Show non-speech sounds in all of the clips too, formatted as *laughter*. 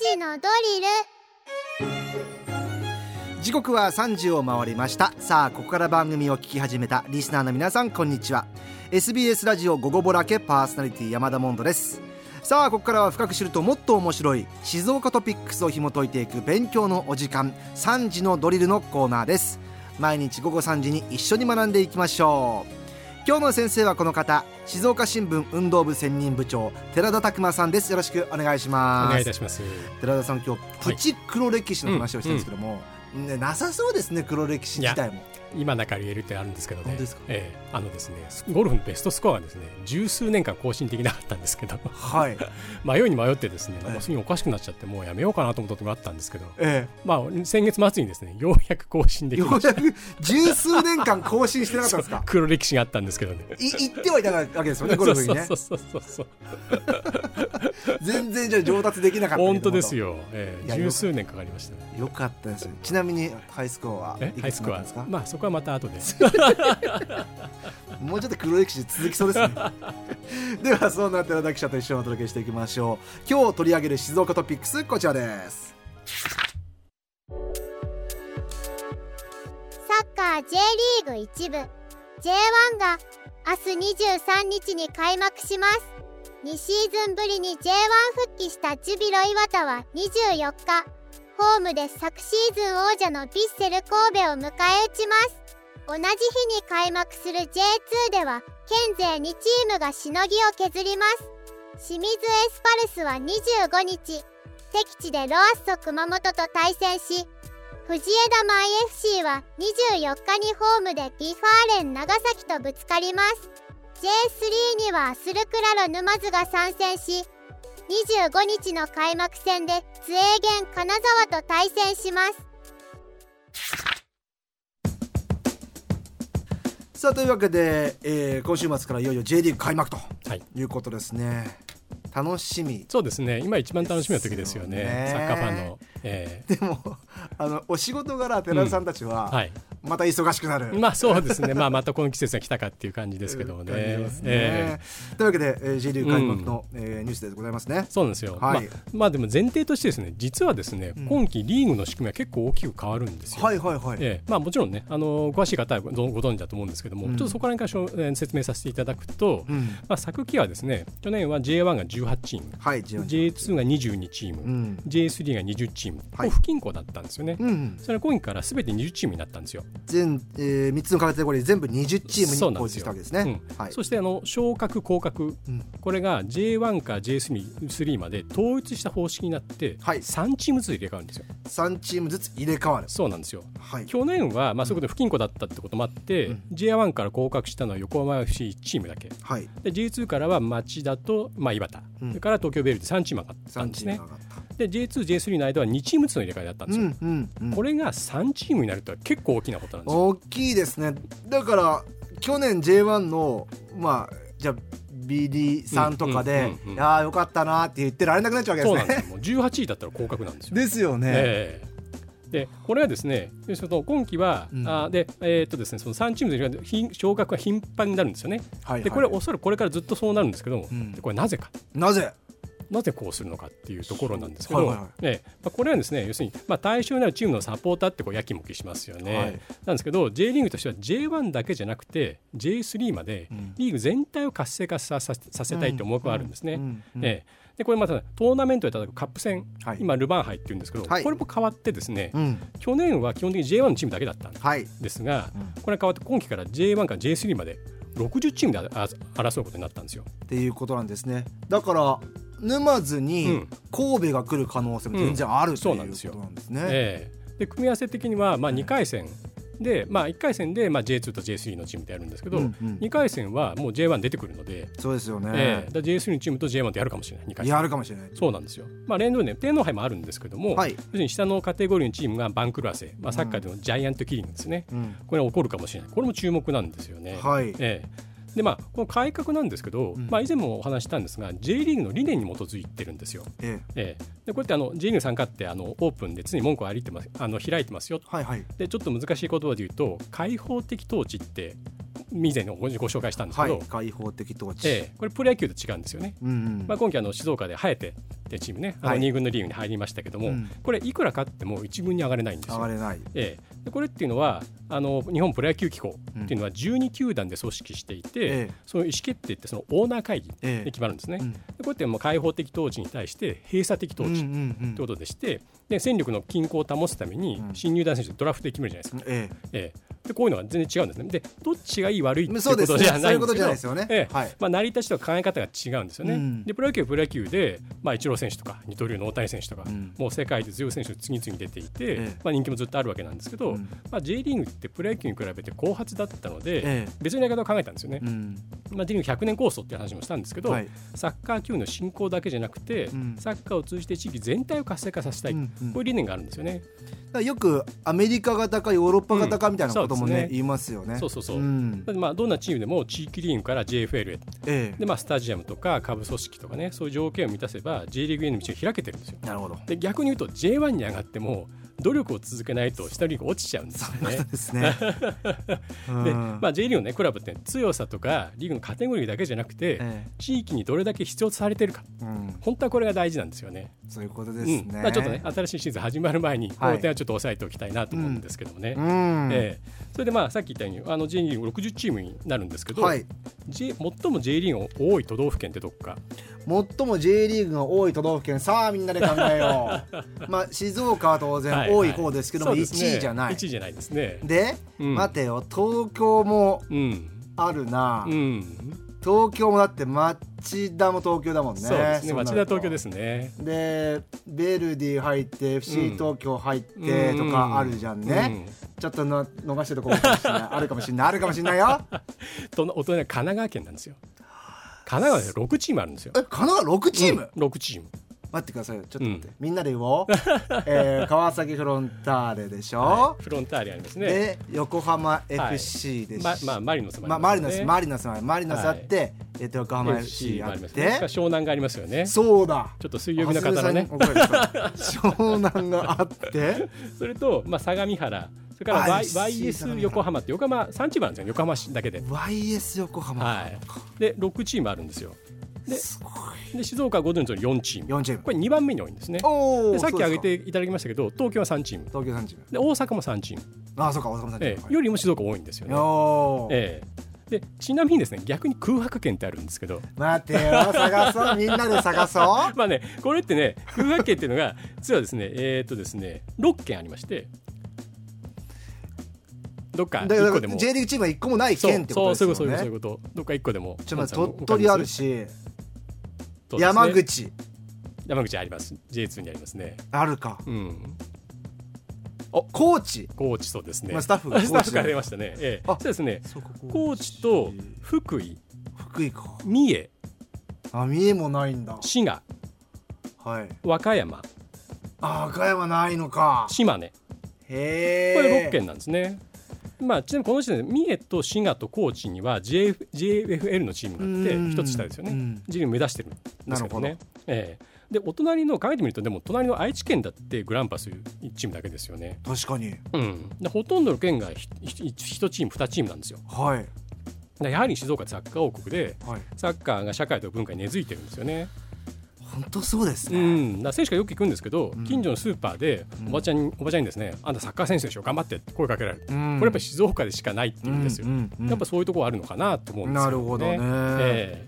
時のドリル時刻は3時を回りましたさあここから番組を聞き始めたリスナーの皆さんこんにちは SBS ラジオ午後ぼらけパーソナリティ山田モンドですさあここからは深く知るともっと面白い静岡トピックスを紐解いていく勉強のお時間3時のドリルのコーナーです毎日午後3時に一緒に学んでいきましょう今日の先生はこの方静岡新聞運動部専任部長寺田拓磨さんですよろしくお願いしおます願いいたします。寺田さん今日プチ黒歴史の話をしてるんですけども、ね、なさそうですね黒歴史自体も今中言えるってあるんですけどね。本当ですかええあのですね、ゴルフのベストスコアはですね、十数年間更新できなかったんですけど、 *laughs* はい迷いに迷ってですね、ええもうすぐにおかしくなっちゃって、もうやめようかなと思った時もあったんですけど、えまあ、先月末にですね、ようやく更新え *laughs* できよまうした。やく十数年間更新してなかったんです *laughs* か黒歴史があったんですけどね。い行ってはいたわけですよねゴルフにね *laughs* そうそうそうそう。全然じゃあ上達できなかったけども本当ですよ。ええいや十数年かかりましたね。よかったですちなみにハイスコアはえいハくイつスにコなったんアですか、まあそこはまた *laughs* 後で。もうちょっと黒歴史続きそうです *laughs* ねではそんな寺田記者と一緒にお届けしていきましょう今日取り上げる静岡トピックスこちらですサッカー J リーグ1部 J1 が明日23日に開幕します2シーズンぶりに J1 復帰したジュビロ磐田は24日ホームで昨シーズン王者のヴィッセル神戸を迎え撃ちます同じ日に開幕する J2 では県勢2チームがしのぎを削ります清水エスパルスは25日敵地でロアッソ熊本と対戦し藤枝マイ FC は24日にホームでリファーレン長崎とぶつかります J3 にはアスルクラロ沼津が参戦し25日の開幕戦で津英元金沢と対戦しますさあというわけで、えー今週末からいよいよ J リーグ開幕とはいいうことですね、楽しみ *laughs* そうですね。今一番楽しみな時ですよね。ですサよねッカーファンの。えでもあのお仕事柄寺田さんたちえは。はいまた忙しくなる、 *laughs* まあそうですね、まあ、またこの季節が来たかっていう感じですけどね。感じますねえというわけで、えー、J リーグ開幕の、えーニュースでございますねえそうなんですよ、はいまあ、まあでも前提としてですね実はですね、うん今期リーグの仕組みは結構大きく変わるんですよ。はいはいはい、ええまあ、もちろんね、あの詳しい方はごご存知だと思うんですけども、うんちょっとそこら辺からしょ、えー説明させていただくと、うんまあ、昨季はですね去年は J1 が18チーム、はい J1 J2 が22チーム、うん J3 が20チーム、はいこう不均衡だったんですよね。うん、それは今期からすべて20チームになったんですよ。全、えー、3つのカテゴリー全部20チームそうになん構です築よしたわけですねうんはいそしてあの昇格、降格、うんこれが J1 か J3 まで統一した方式になって、はい3チームずつ入れ替わるんですよ。 3チームずつ入れ替わるそうなんですよはい去年は、まあ、そういうことで不均衡だったってこともあって、うん J1 から降格したのは横浜 FC チームだけはいで J2 からは町田と、まあ、岩田、うんそれから東京ベルディ3チーム上がった3んでチすームねが上がったで J2J3 の間は2チームずつの入れ替えだったんですよ、うんうんうんこれが3チームになるとは結構大きなことなんですよ大きいですねだから去年 J1 のまあじゃあ BD さんとかでうんうんうんう「んああよかったな」って言ってられなくなっちゃうわけそうでなすんですね。よもう18位だったら降格なんです *laughs* よですよね。ええでこれはですね、要するに今期は、うんあでえーっとですね、その3チームでひん昇格が頻繁になるんですよね。はいはいでこれおそらくこれからずっとそうなるんですけども、うんでこれなぜかなぜなぜこうするのかっていうところなんですけはど、いはいはいええまあ、これはですね要するに、まあ、対象になるチームのサポーターってこうやきもきしますよね、はいなんですけど J リーグとしては J1 だけじゃなくて J3 までうんリーグ全体を活性化さささせたいって思惑があるんですね。うんうんええでこれまたトーナメントで戦うカップ戦、はい今ルヴァン杯っていうんですけど、はいこれも変わってですね、うん去年は基本的に J1 のチームだけだったんはいですが、うんこれは変わって今期から J1 から J3 まで60チームであ争うことになったんですよ。っていうことなんですね。だから沼津うにん神戸が来る可能性も全然あるというそうことななんでんですすねよ。えええで組み合わせ的には、まあ、2回戦で、まあ、1回戦で、まあ、J2 と J3 のチームでやるんですけど、うんうん2回戦はもう J1 出てくるので、そうですよえねえ。だから J3 のチームと J1 とやるかもしれない2回戦。やるかもしれない。そうなんですよ、まあ、連動でね天皇杯もあるんですけども、はい要するに下のカテゴリーのチームが番狂わせ、まあ、サッカーでのジャイアントキリングですね、うんこれが起こるかもしれない、これも注目なんですよね。はいええでまあ、この改革なんですけど、んまあ、以前もお話ししたんですが、J リーグの理念に基づいてるんですよ。ええええ、でこれってあの J リーグ参加ってあのオープンで常に文句を歩いてますあの開いてますよはいはいでちょっと難しい言葉で言うと開放的統治って以前のごご紹介したんですけはど、い開放的統治。ええ、これプロ野球と違うんですよね。うんうんまあ、今期あの静岡で生えてっていうチームね、あはのい2軍のリーグに入りましたけども、うんこれ、いくら勝っても1軍に上がれないんです上がよ。れない。ええ、でこれっていうのはあの、日本プロ野球機構っていうのは12球団で組織していて、ええその意思決定ってそのオーナー会議で決まるんですね。うんでこれってもう開放的統治に対して閉鎖的うん統うん治うといんうことでして、で戦力の均衡を保つためにうん新入団選手ドラフトで決めるじゃないですか。えええ、でこういうのは全然違うんですね。でどっちがいい悪いってえ、いうそうこですとねじゃ。そなういういんでことすけじゃどないですよね。ええはい。まあ、成り立ちとか考え方が違うんですよね。うんでプロ野球はプロ野球で、まあ、イチロー選手とか二刀流の大谷選手とか、うんもう世界で強い選手が次々出ていて、ええまあ、人気もずっとあるわけなんですけど、うんまあ、J リーグってプロ野球に比べて後発だったので、ええ別のやり方を考えたんですよね。うん。まあ、J リーグ100年構想っていう話もしたんですけど、はいサッカー球の振興だけじゃなくて、んサッカーを通じて地域全体を活性化させたい、うんうんこういう理念があるんですよね。だからよくアメリカ型かヨーロッパ型かみたいなこともうんね、そうですね言いますよね。そうそうそううんなのでまあ、どんなチームでも地域リーグから JFL へえで、まあ、スタジアムとか下部組織とかねそういう条件を満たせば J リーグへの道を開けてるんですよえ。なるほど。で逆に言うと J1 に上がっても努力を続けないと下のリーグ落ちちゃうんですよね。です *laughs* ね。うんで、まあ、J リーグの、ね、クラブって強さとかリーグのカテゴリーだけじゃなくて、え地域にどれだけ必要とされてるかえうん、本当はこれが大事なんですよね。そういうことですうね。んまあ、ちょっとね新しいシーズン始まる前にこはいの点はちょっと押さえておきたいなと思うんですけどもね。うん、ええそれでまあさっき言ったようにあの J リーグ60チームになるんですけど、はい。 J- 最も J リーグが多い都道府県ってどこか最も J リーグが多い都道府県さあみんなで考えよ *laughs* うまあ静岡は当然多い方ですけども、はいはいそうですね1位じゃない1位じゃないですね。で、うん待てよ東京もうんあるな、うん、東京もだって町田も東京だもんねそうですね。そうなると町田東京ですね。でベルディ入って FC 東京入ってうんとかあるじゃんね、ちょっとの逃してるとこもかもしれないあるかもしれないあるかもしれない *laughs* よとお隣は神奈川県なんですよ。神奈川で6チームあるんですよ。え神奈川6チーム、うん、6チーム。待ってくださいよちょっと待って、うんみんなで言 *laughs* おう、えー川崎フロンターレでしょ、フロンターレありますね。で横浜 FC です、ままあマリノスもまマリノスあマリノスもあるマリノスあって、えっと横り浜ますね FC あっ FC もありますて、ね。それから湘南がありますよね。ちそうだょっと水曜日の方のね。蓮見さんに怒られる湘南があってそれとまあ相模原、それからあ Y- FC YS 横浜って横浜3チームあるんですよ。横浜市だけで。 YS 横浜、はい。で6チームあるんですよ。すごいで静岡はご存知の4チーム。 4チームこれ2番目に多いんですね。おおでさっき挙げていただきましたけど、東京は3チーム。東京3チームで大阪も3チーム。ああそうか大阪3チえーえ、ム、よりも静岡多いんですよね。おーええ、でちなみにですね逆に空白県ってあるんですけど *laughs* 待てよ探そうみんなで探そうまあねこれってね空白県っていうのが *laughs* 実はですねえっ、とですね6県ありましてどっかだ1か個でもら J リーグチームは1個もない県ってことそうですそうよいねうことそういうことそういうことどっか1個でもちょっと待っ本て鳥さん取あおる考えし、そうですね山口山口あります J2 にありますねあるかうん高知高知そうですね、まあスタッフが *laughs* スタッフから出ましたねええあそうですねそうか高知と福井福井か三重あ三重もないんだ滋賀はい和歌山あ和歌山ないのか島根へえこれ6県なんですね。まあ、ちなみにこの時点で三重と滋賀と高知には JF JFL のチームがあうんって一つ下ですようねん。自分目指してるんですけどなねる。ええでお隣の考えてみるとでも隣の愛知県だってグランパスチームだけですよね。確かにうん、でほとんどの県がひひひ1チーム2チームなんですよ。はいでやはり静岡ってサッカー王国ではいサッカーが社会と文化に根付いてるんですよね。本当そうですうね、ん、だから選手がよく行くんですけど、ん近所のスーパーでおばちゃんに、おばちゃんにですね「あんたサッカー選手でしょ頑張って」って声かけられる、うんこれやっぱり静岡でしかないっていうんですよ、うんうんうんやっぱそういうところあるのかなと思うんですよ、ね、なるほどねえ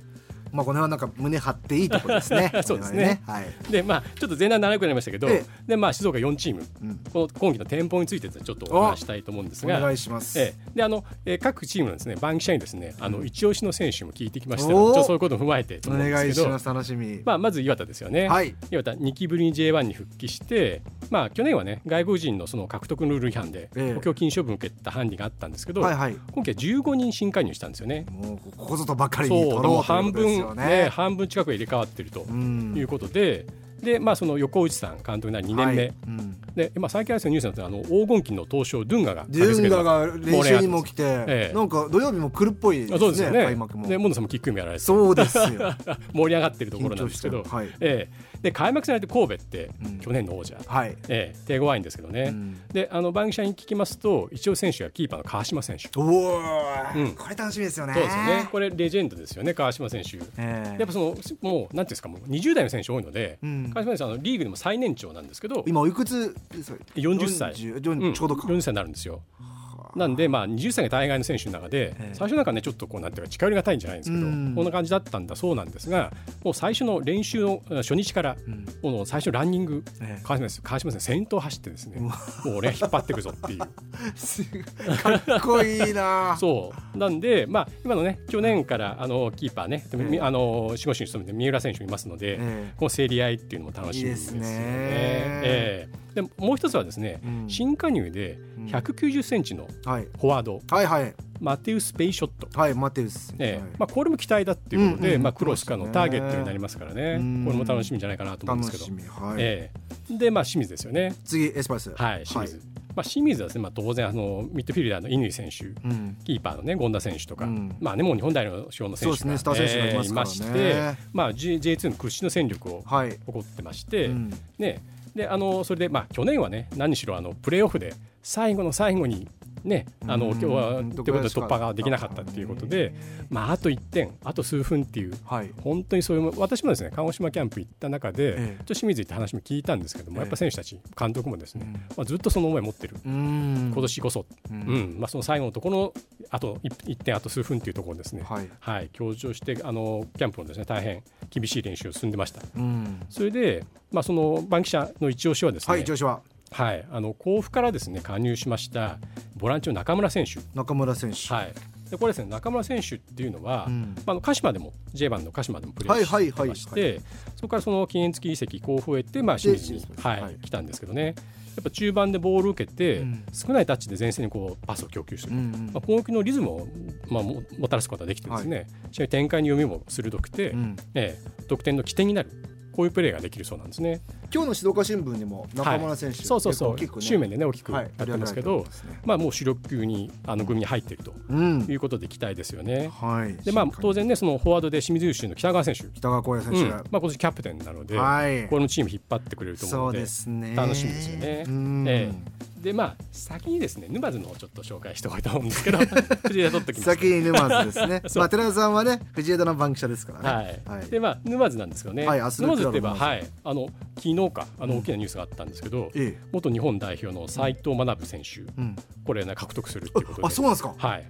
まあこの辺はなんか胸張っていいとこですね *laughs* そうですねこれははいえでまあちょっと前段長くなりましたけど、ええでまあ、静岡4チーム、うんこの今季の展望についてちょっとお話ししたいと思うんですおが願いします、ええであのえー各チームのですね番記者にですねあの一押しの選手も聞いてきましたおーのでちょっとそういうことを踏まえてとお思うんで願いすしけどます楽しみ、まあ、まず岩田ですよね、はい岩田2期ぶりに J1 に復帰して、まあ、去年はね外国人のその獲得ルール違反でええ補強禁止処分を受けた犯人があったんですけど、はいはい今期は15人新加入したんですよね。もうここぞとばかりに取そうでろもうというこ半とです分よねね半分近く入れ替わってるとうんいうことで,、でまあ、その横内さん監督になり2年目、はいうんで今最近あるニュースになってるあの黄金期の東証ドゥンガがデュンガが練習にも来てて、ええなんか土曜日も来るっぽいですあねそうですよね開幕もでモンドさんもキックインもやられてそうですよ盛り上がってるところなんですけ緊ど、張してるはいええで開幕戦相手神戸ってうん去年の王者、はい、ええ手強いんですけどね、うんであの番組社に聞きますと一応選手がキーパーの川島選手おお、うんこれ楽しみですよねそうですよねこれレジェンドですよね川島選手ええやっぱそのもうなんていうんですかもう20代の選手多いので、うん川島選手はあのリーグでも最年長なんですけど今おいくつそう40歳40うんちょうどか、 40歳になるんですよ。なんで、まあ、20歳が大概の選手の中でええ最初なんかねちょっとこうなんていうか近寄りがたいんじゃないんですけどうんこんな感じだったんだそうなんですがもう最初の練習の初日からうんこの最初のランニングええ川島選手川島選手先頭走ってですねうもわう俺は引っ張っていくぞっていうす *laughs* かっこいいなそうなんで、まあ、今のね去年からあのキーパーね、みあの守護神に務めてる三浦選手もいますので、ええこの競り合いっていうのも楽しみですよね。いいですねええでもう一つはですね、うん新加入で190センチのはいフォワード、はいはいマテウス・ペイショット。はいマテウス、ええはいまあ、これも期待だっていうことうんで、うんまあ、クロスからのターゲットになりますからね、うんこれも楽しみじゃないかなと思うんです楽けど、しみはい、ええで、まあ、清水ですよね、次エスパルスはい、清水、まあ、清水はです、ねまあ、当然あの、ミッドフィルダーの乾選手、うんキーパーのね、権田選手とか、うんまあね、もう日本代表の主要の選手そうですねがスター選手がいえまえすいからまねして、まあ、J- J2 の屈指の戦力をはい、誇ってまして、うんね、であのそれで、まあ、去年はね何しろあのプレーオフで最後の最後に、ね、あのうん今日はうんということで突破ができなかったっていうことで、まあ、あと1点あと数分っていうはい本当にそういう私もですね鹿児島キャンプ行った中で、ええちょっと清水って話も聞いたんですけども、ええやっぱ選手たち監督もですね、うんまあ、ずっとその思い持ってる。うん今年こそ、ううんんまあ、その最後のところのあと1点あと数分っていうところをですね、はいはい、強調してあのキャンプのですね大変厳しい練習を進んでました。うんそれで、まあ、そのバンキシャの一押しはですね、はい女子ははい、あの甲府からですね加入しましたボランチの中村選手、中村選手はい、でこれですね中村選手っていうのは、うんまああの鹿島でも J 番の鹿島でもプレーはいはいしてはいまして、そこからその期限付き移籍甲府へ行って、まあ、清水に、清水はいはい来たんですけどねやっぱ中盤でボールを受けて、うん少ないタッチで前線にこうパスを供給すうる。んうんまあ、攻撃のリズムを、まあ、ももたらすことができてですね、試合展開に読みも鋭くて、うんええ得点の起点になるこういうプレーができるそうなんですね。今日の静岡新聞にも中村選手、そうそうそう、結構大きく周ね面でね大きくはやいってますけ取り上げらど、れてますねまあもう主力級にあの組に入っているとうんいうことで期待ですよね。はいでまあ当然ねそのフォワードで清水優秀の北川選手、北川光也うん選手まあが、今年キャプテンなので、はいこのチーム引っ張ってくれると思うそのうで。ですね楽しみですよね。うんええでまあ先にですね沼津のをちょっと紹介しておいたと思うんです *laughs* けど、藤枝取ってきました。先に沼津ですね *laughs* そうまあ寺田さんはね藤枝の番記者ですからはねい、はいでまあ沼津なんですけどね、はい明沼日津のといえクラば、ブのはい、あの昨日かあの大きなニュースがあったんですけど、ええ元日本代表の斉藤学選手、うんこれ、ね、獲得するっていうことであそうなんですかはい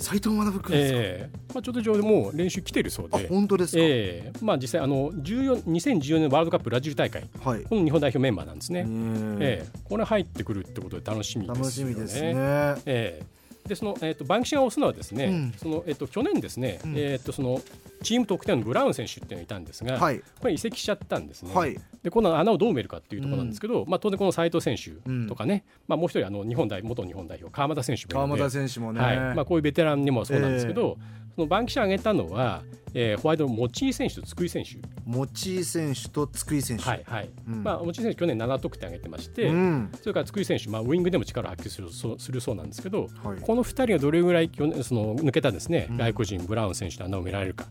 斉藤学君ですかええまあ、ちょっと上でもう練習来てるそうあで、本当ですかええまあ、実際あの14、2014年ワールドカップブラジル大会、はいこの日本代表メンバーなんですね。ねえええこれ入ってくるってことで楽しみですよね。楽しみですねええでその、えっとバンキシャが推すのはですね、うんそのえっと去年ですね、うんえっとそのチーム得点王のブラウン選手っていうのがいたんですが、はいこれ移籍しちゃったんですね。はいでこの穴をどう埋めるかっていうところなんですけど、まあ、当然この斉藤選手とかね、まあ、もう一人あの日本代元日本代表川又選手もい川るので又選手もねはいまあ、こういうベテランにもそうなんですけど、そのバンキシャ挙げたのは、えー、ホワイトの持井選手と津久井選手、持井選手と津久井選手はいはいうんまあ、持井選手、去年7得点挙げてまして、うんそれから津久井選手、まあ、ウイングでも力を発揮するそうするそうなんですけど、はいこの2人がどれぐらい去年その抜けたですね、うん外国人、ブラウン選手の穴を埋められるか、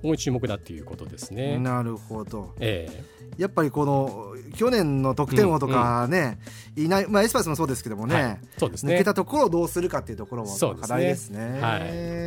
今後注目だっていうことですうね。んなるほどえやっぱりこの去年の得点王とかね、いない、まあ、エスパルスもそうですけどもーね、はい、そうです抜ねけたところをどうするかっていうところもそうですね課題ですね。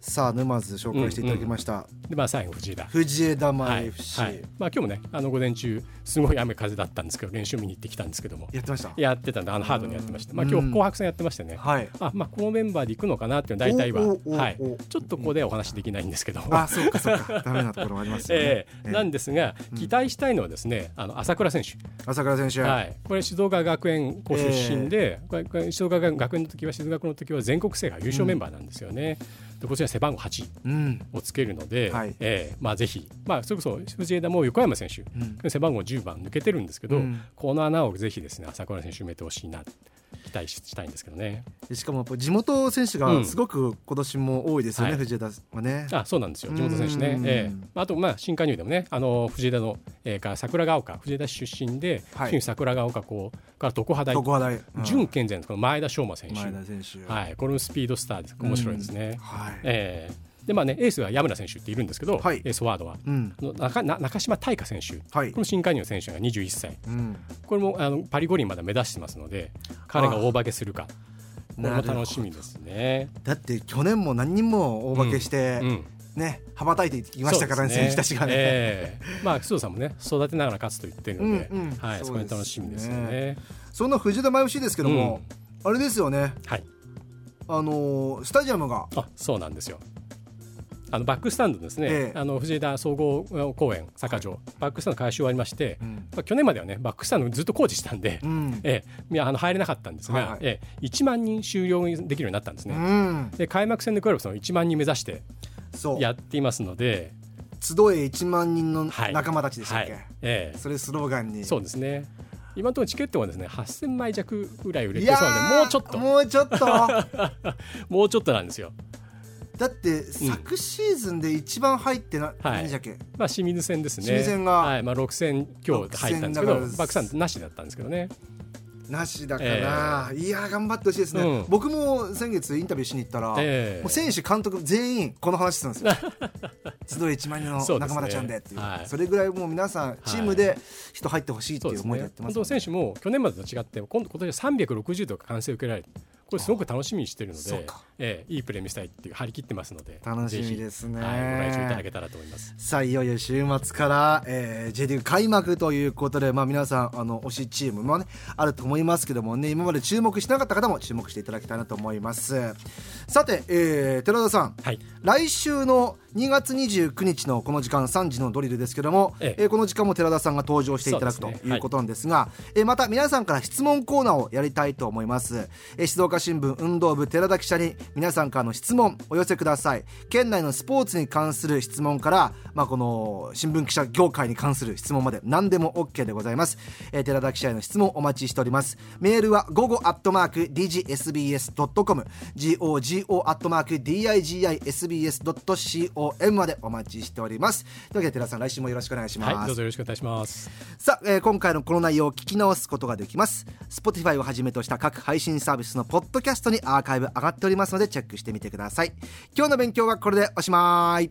さあ沼津紹介していただきました、で、まあ、最後、藤枝。藤枝は前い FC、はいまあ今日もね、あの午前中、すごい雨風だったんですけど、練習見に行ってきたんですけども、やってましたやってたんで、あのハードにやってました、まあうん今日紅白戦やってましてね、はいあまあ、このメンバーで行くのかなっていうのは大体は、おーおーおーはいおー、ちょっとここではお話できないんですけど、あそうかそうかダ *laughs* メなところもありますよね、ええええなんですが、期待したいのはですねあの朝倉選手、朝倉選手、はい、これ、静岡学園校出身で、これこれ静岡学園の時は、静岡の時は全国制覇優勝メンバーなんですよね。でこちら背番号8うんをつけるので、はいええまあ、ぜひ、まあ、それこそ藤枝も横山選手、ん背番号10番抜けてるんですけど、うんこの穴をぜひですね朝倉選手埋めてほしいな期待ししたいんですけどね。しかもやっぱ地元選手うがんすごく今年も多いですよね、はい藤枝はねあそうなんですよ、地元選手うねん。ええあと、まあ、新加入でもね、あの藤枝の、えーから桜ヶ丘、藤枝市出身で、はい新桜ヶ丘校から常葉大、常葉大、うん準健全のこの前田翔馬選手、前田選手はい、これもスピードスターです、面白いですね。はい、ええでまあねエースは山田選手っているんですけど、はいエースフォワードは。うんあの中な中島大花選手、はいこの新加入の選手が21歳、うんこれもあのパリ五輪まだ目指してますので、彼が大化けするか、これなもるほど楽しみですね。だって去年も何人も大化けして、うんね羽ばたいていきましたからねそう選です手たちがね、ええまあ、須藤さんもね、育てながら勝つと言ってるので、うんうんはい、そそうこですねに楽しみですよね。そんな藤田真由しですけども、あれですよねはい、あのースタジアムがあ、そうなんですよ。あのバックスタンドですね、ええあの藤枝総合公園、坂上、バックスタンド改修終わりまして、うん、まあ、去年まではね、バックスタンドずっと工事したんで、うんええいやあの入れなかったんですが、はいはいええ1万人収容できるようになったんですうね。ん、で開幕戦でクラブその1万人目指してそうやっていますので、集え1万人のはい仲間たちでしたはっいけ、ええそれスローガンにそうですね。今のところチケットはですね、8000枚弱ぐらい売れいてやそうなんで、ーもうちょっと、もうちょっと *laughs* だもうちょっとなんですよ。って昨シーズンで一番入ってな、はい何でしたっけまあ清水戦ですね。清水戦がはい、まあ6000強入ったんですけど、 6000だからバックさんなしだったんですけどね。なしだから、いやー頑張ってほしいですね、うん僕も先月インタビューしに行ったら、ええもう選手監督全員この話してたんですよ *laughs* 集え1万人の仲間たちなんでっていうそそうですねはれいぐらいもう皆さんチームで人入ってほしいってそいうでうす思いでやねっ。てますも本当んね選手も去年までと違って、今度今年は360度完成受けられる。これすごく楽しみにしてるのそうでか、ええいいプレー見せたいっていう張り切ってますので、楽しぜみひですねはい、ご来場いただけたらと思います。さあいよいよ週末から、えー、J リーグ開幕ということで、まあ、皆さんあの推しチームも、ね、あると思いますけどもね今まで注目しなかった方も注目していただきたいなと思いますさて、えー、寺田さんはい。来週の2月29日のこの時間3時のドリルですけども、えええーこの時間も寺田さんが登場していただくそうですとねいうことなんですがえーまた皆さんから質問コーナーをやりたいと思います、えー静岡新聞運動部寺田記者に皆さんからの質問お寄せください県内のスポーツに関する質問から、まあ、この新聞記者業界に関する質問まで何でも OK でございます、えー寺田記者への質問お待ちしておりますメールは午後アットマーク digsbs.com gogo アットマーク digisbs.com までお待ちしておりますというわけで寺田さん来週もよろしくお願いします、はい、どうぞよろしくお願いします。さあ、えー今回のこの内容を聞き直すことができます Spotify をはじめとした各配信サービスのポッドキャストにアーカイブ上がっておりますのでチェックしてみてください今日の勉強はこれでおしまい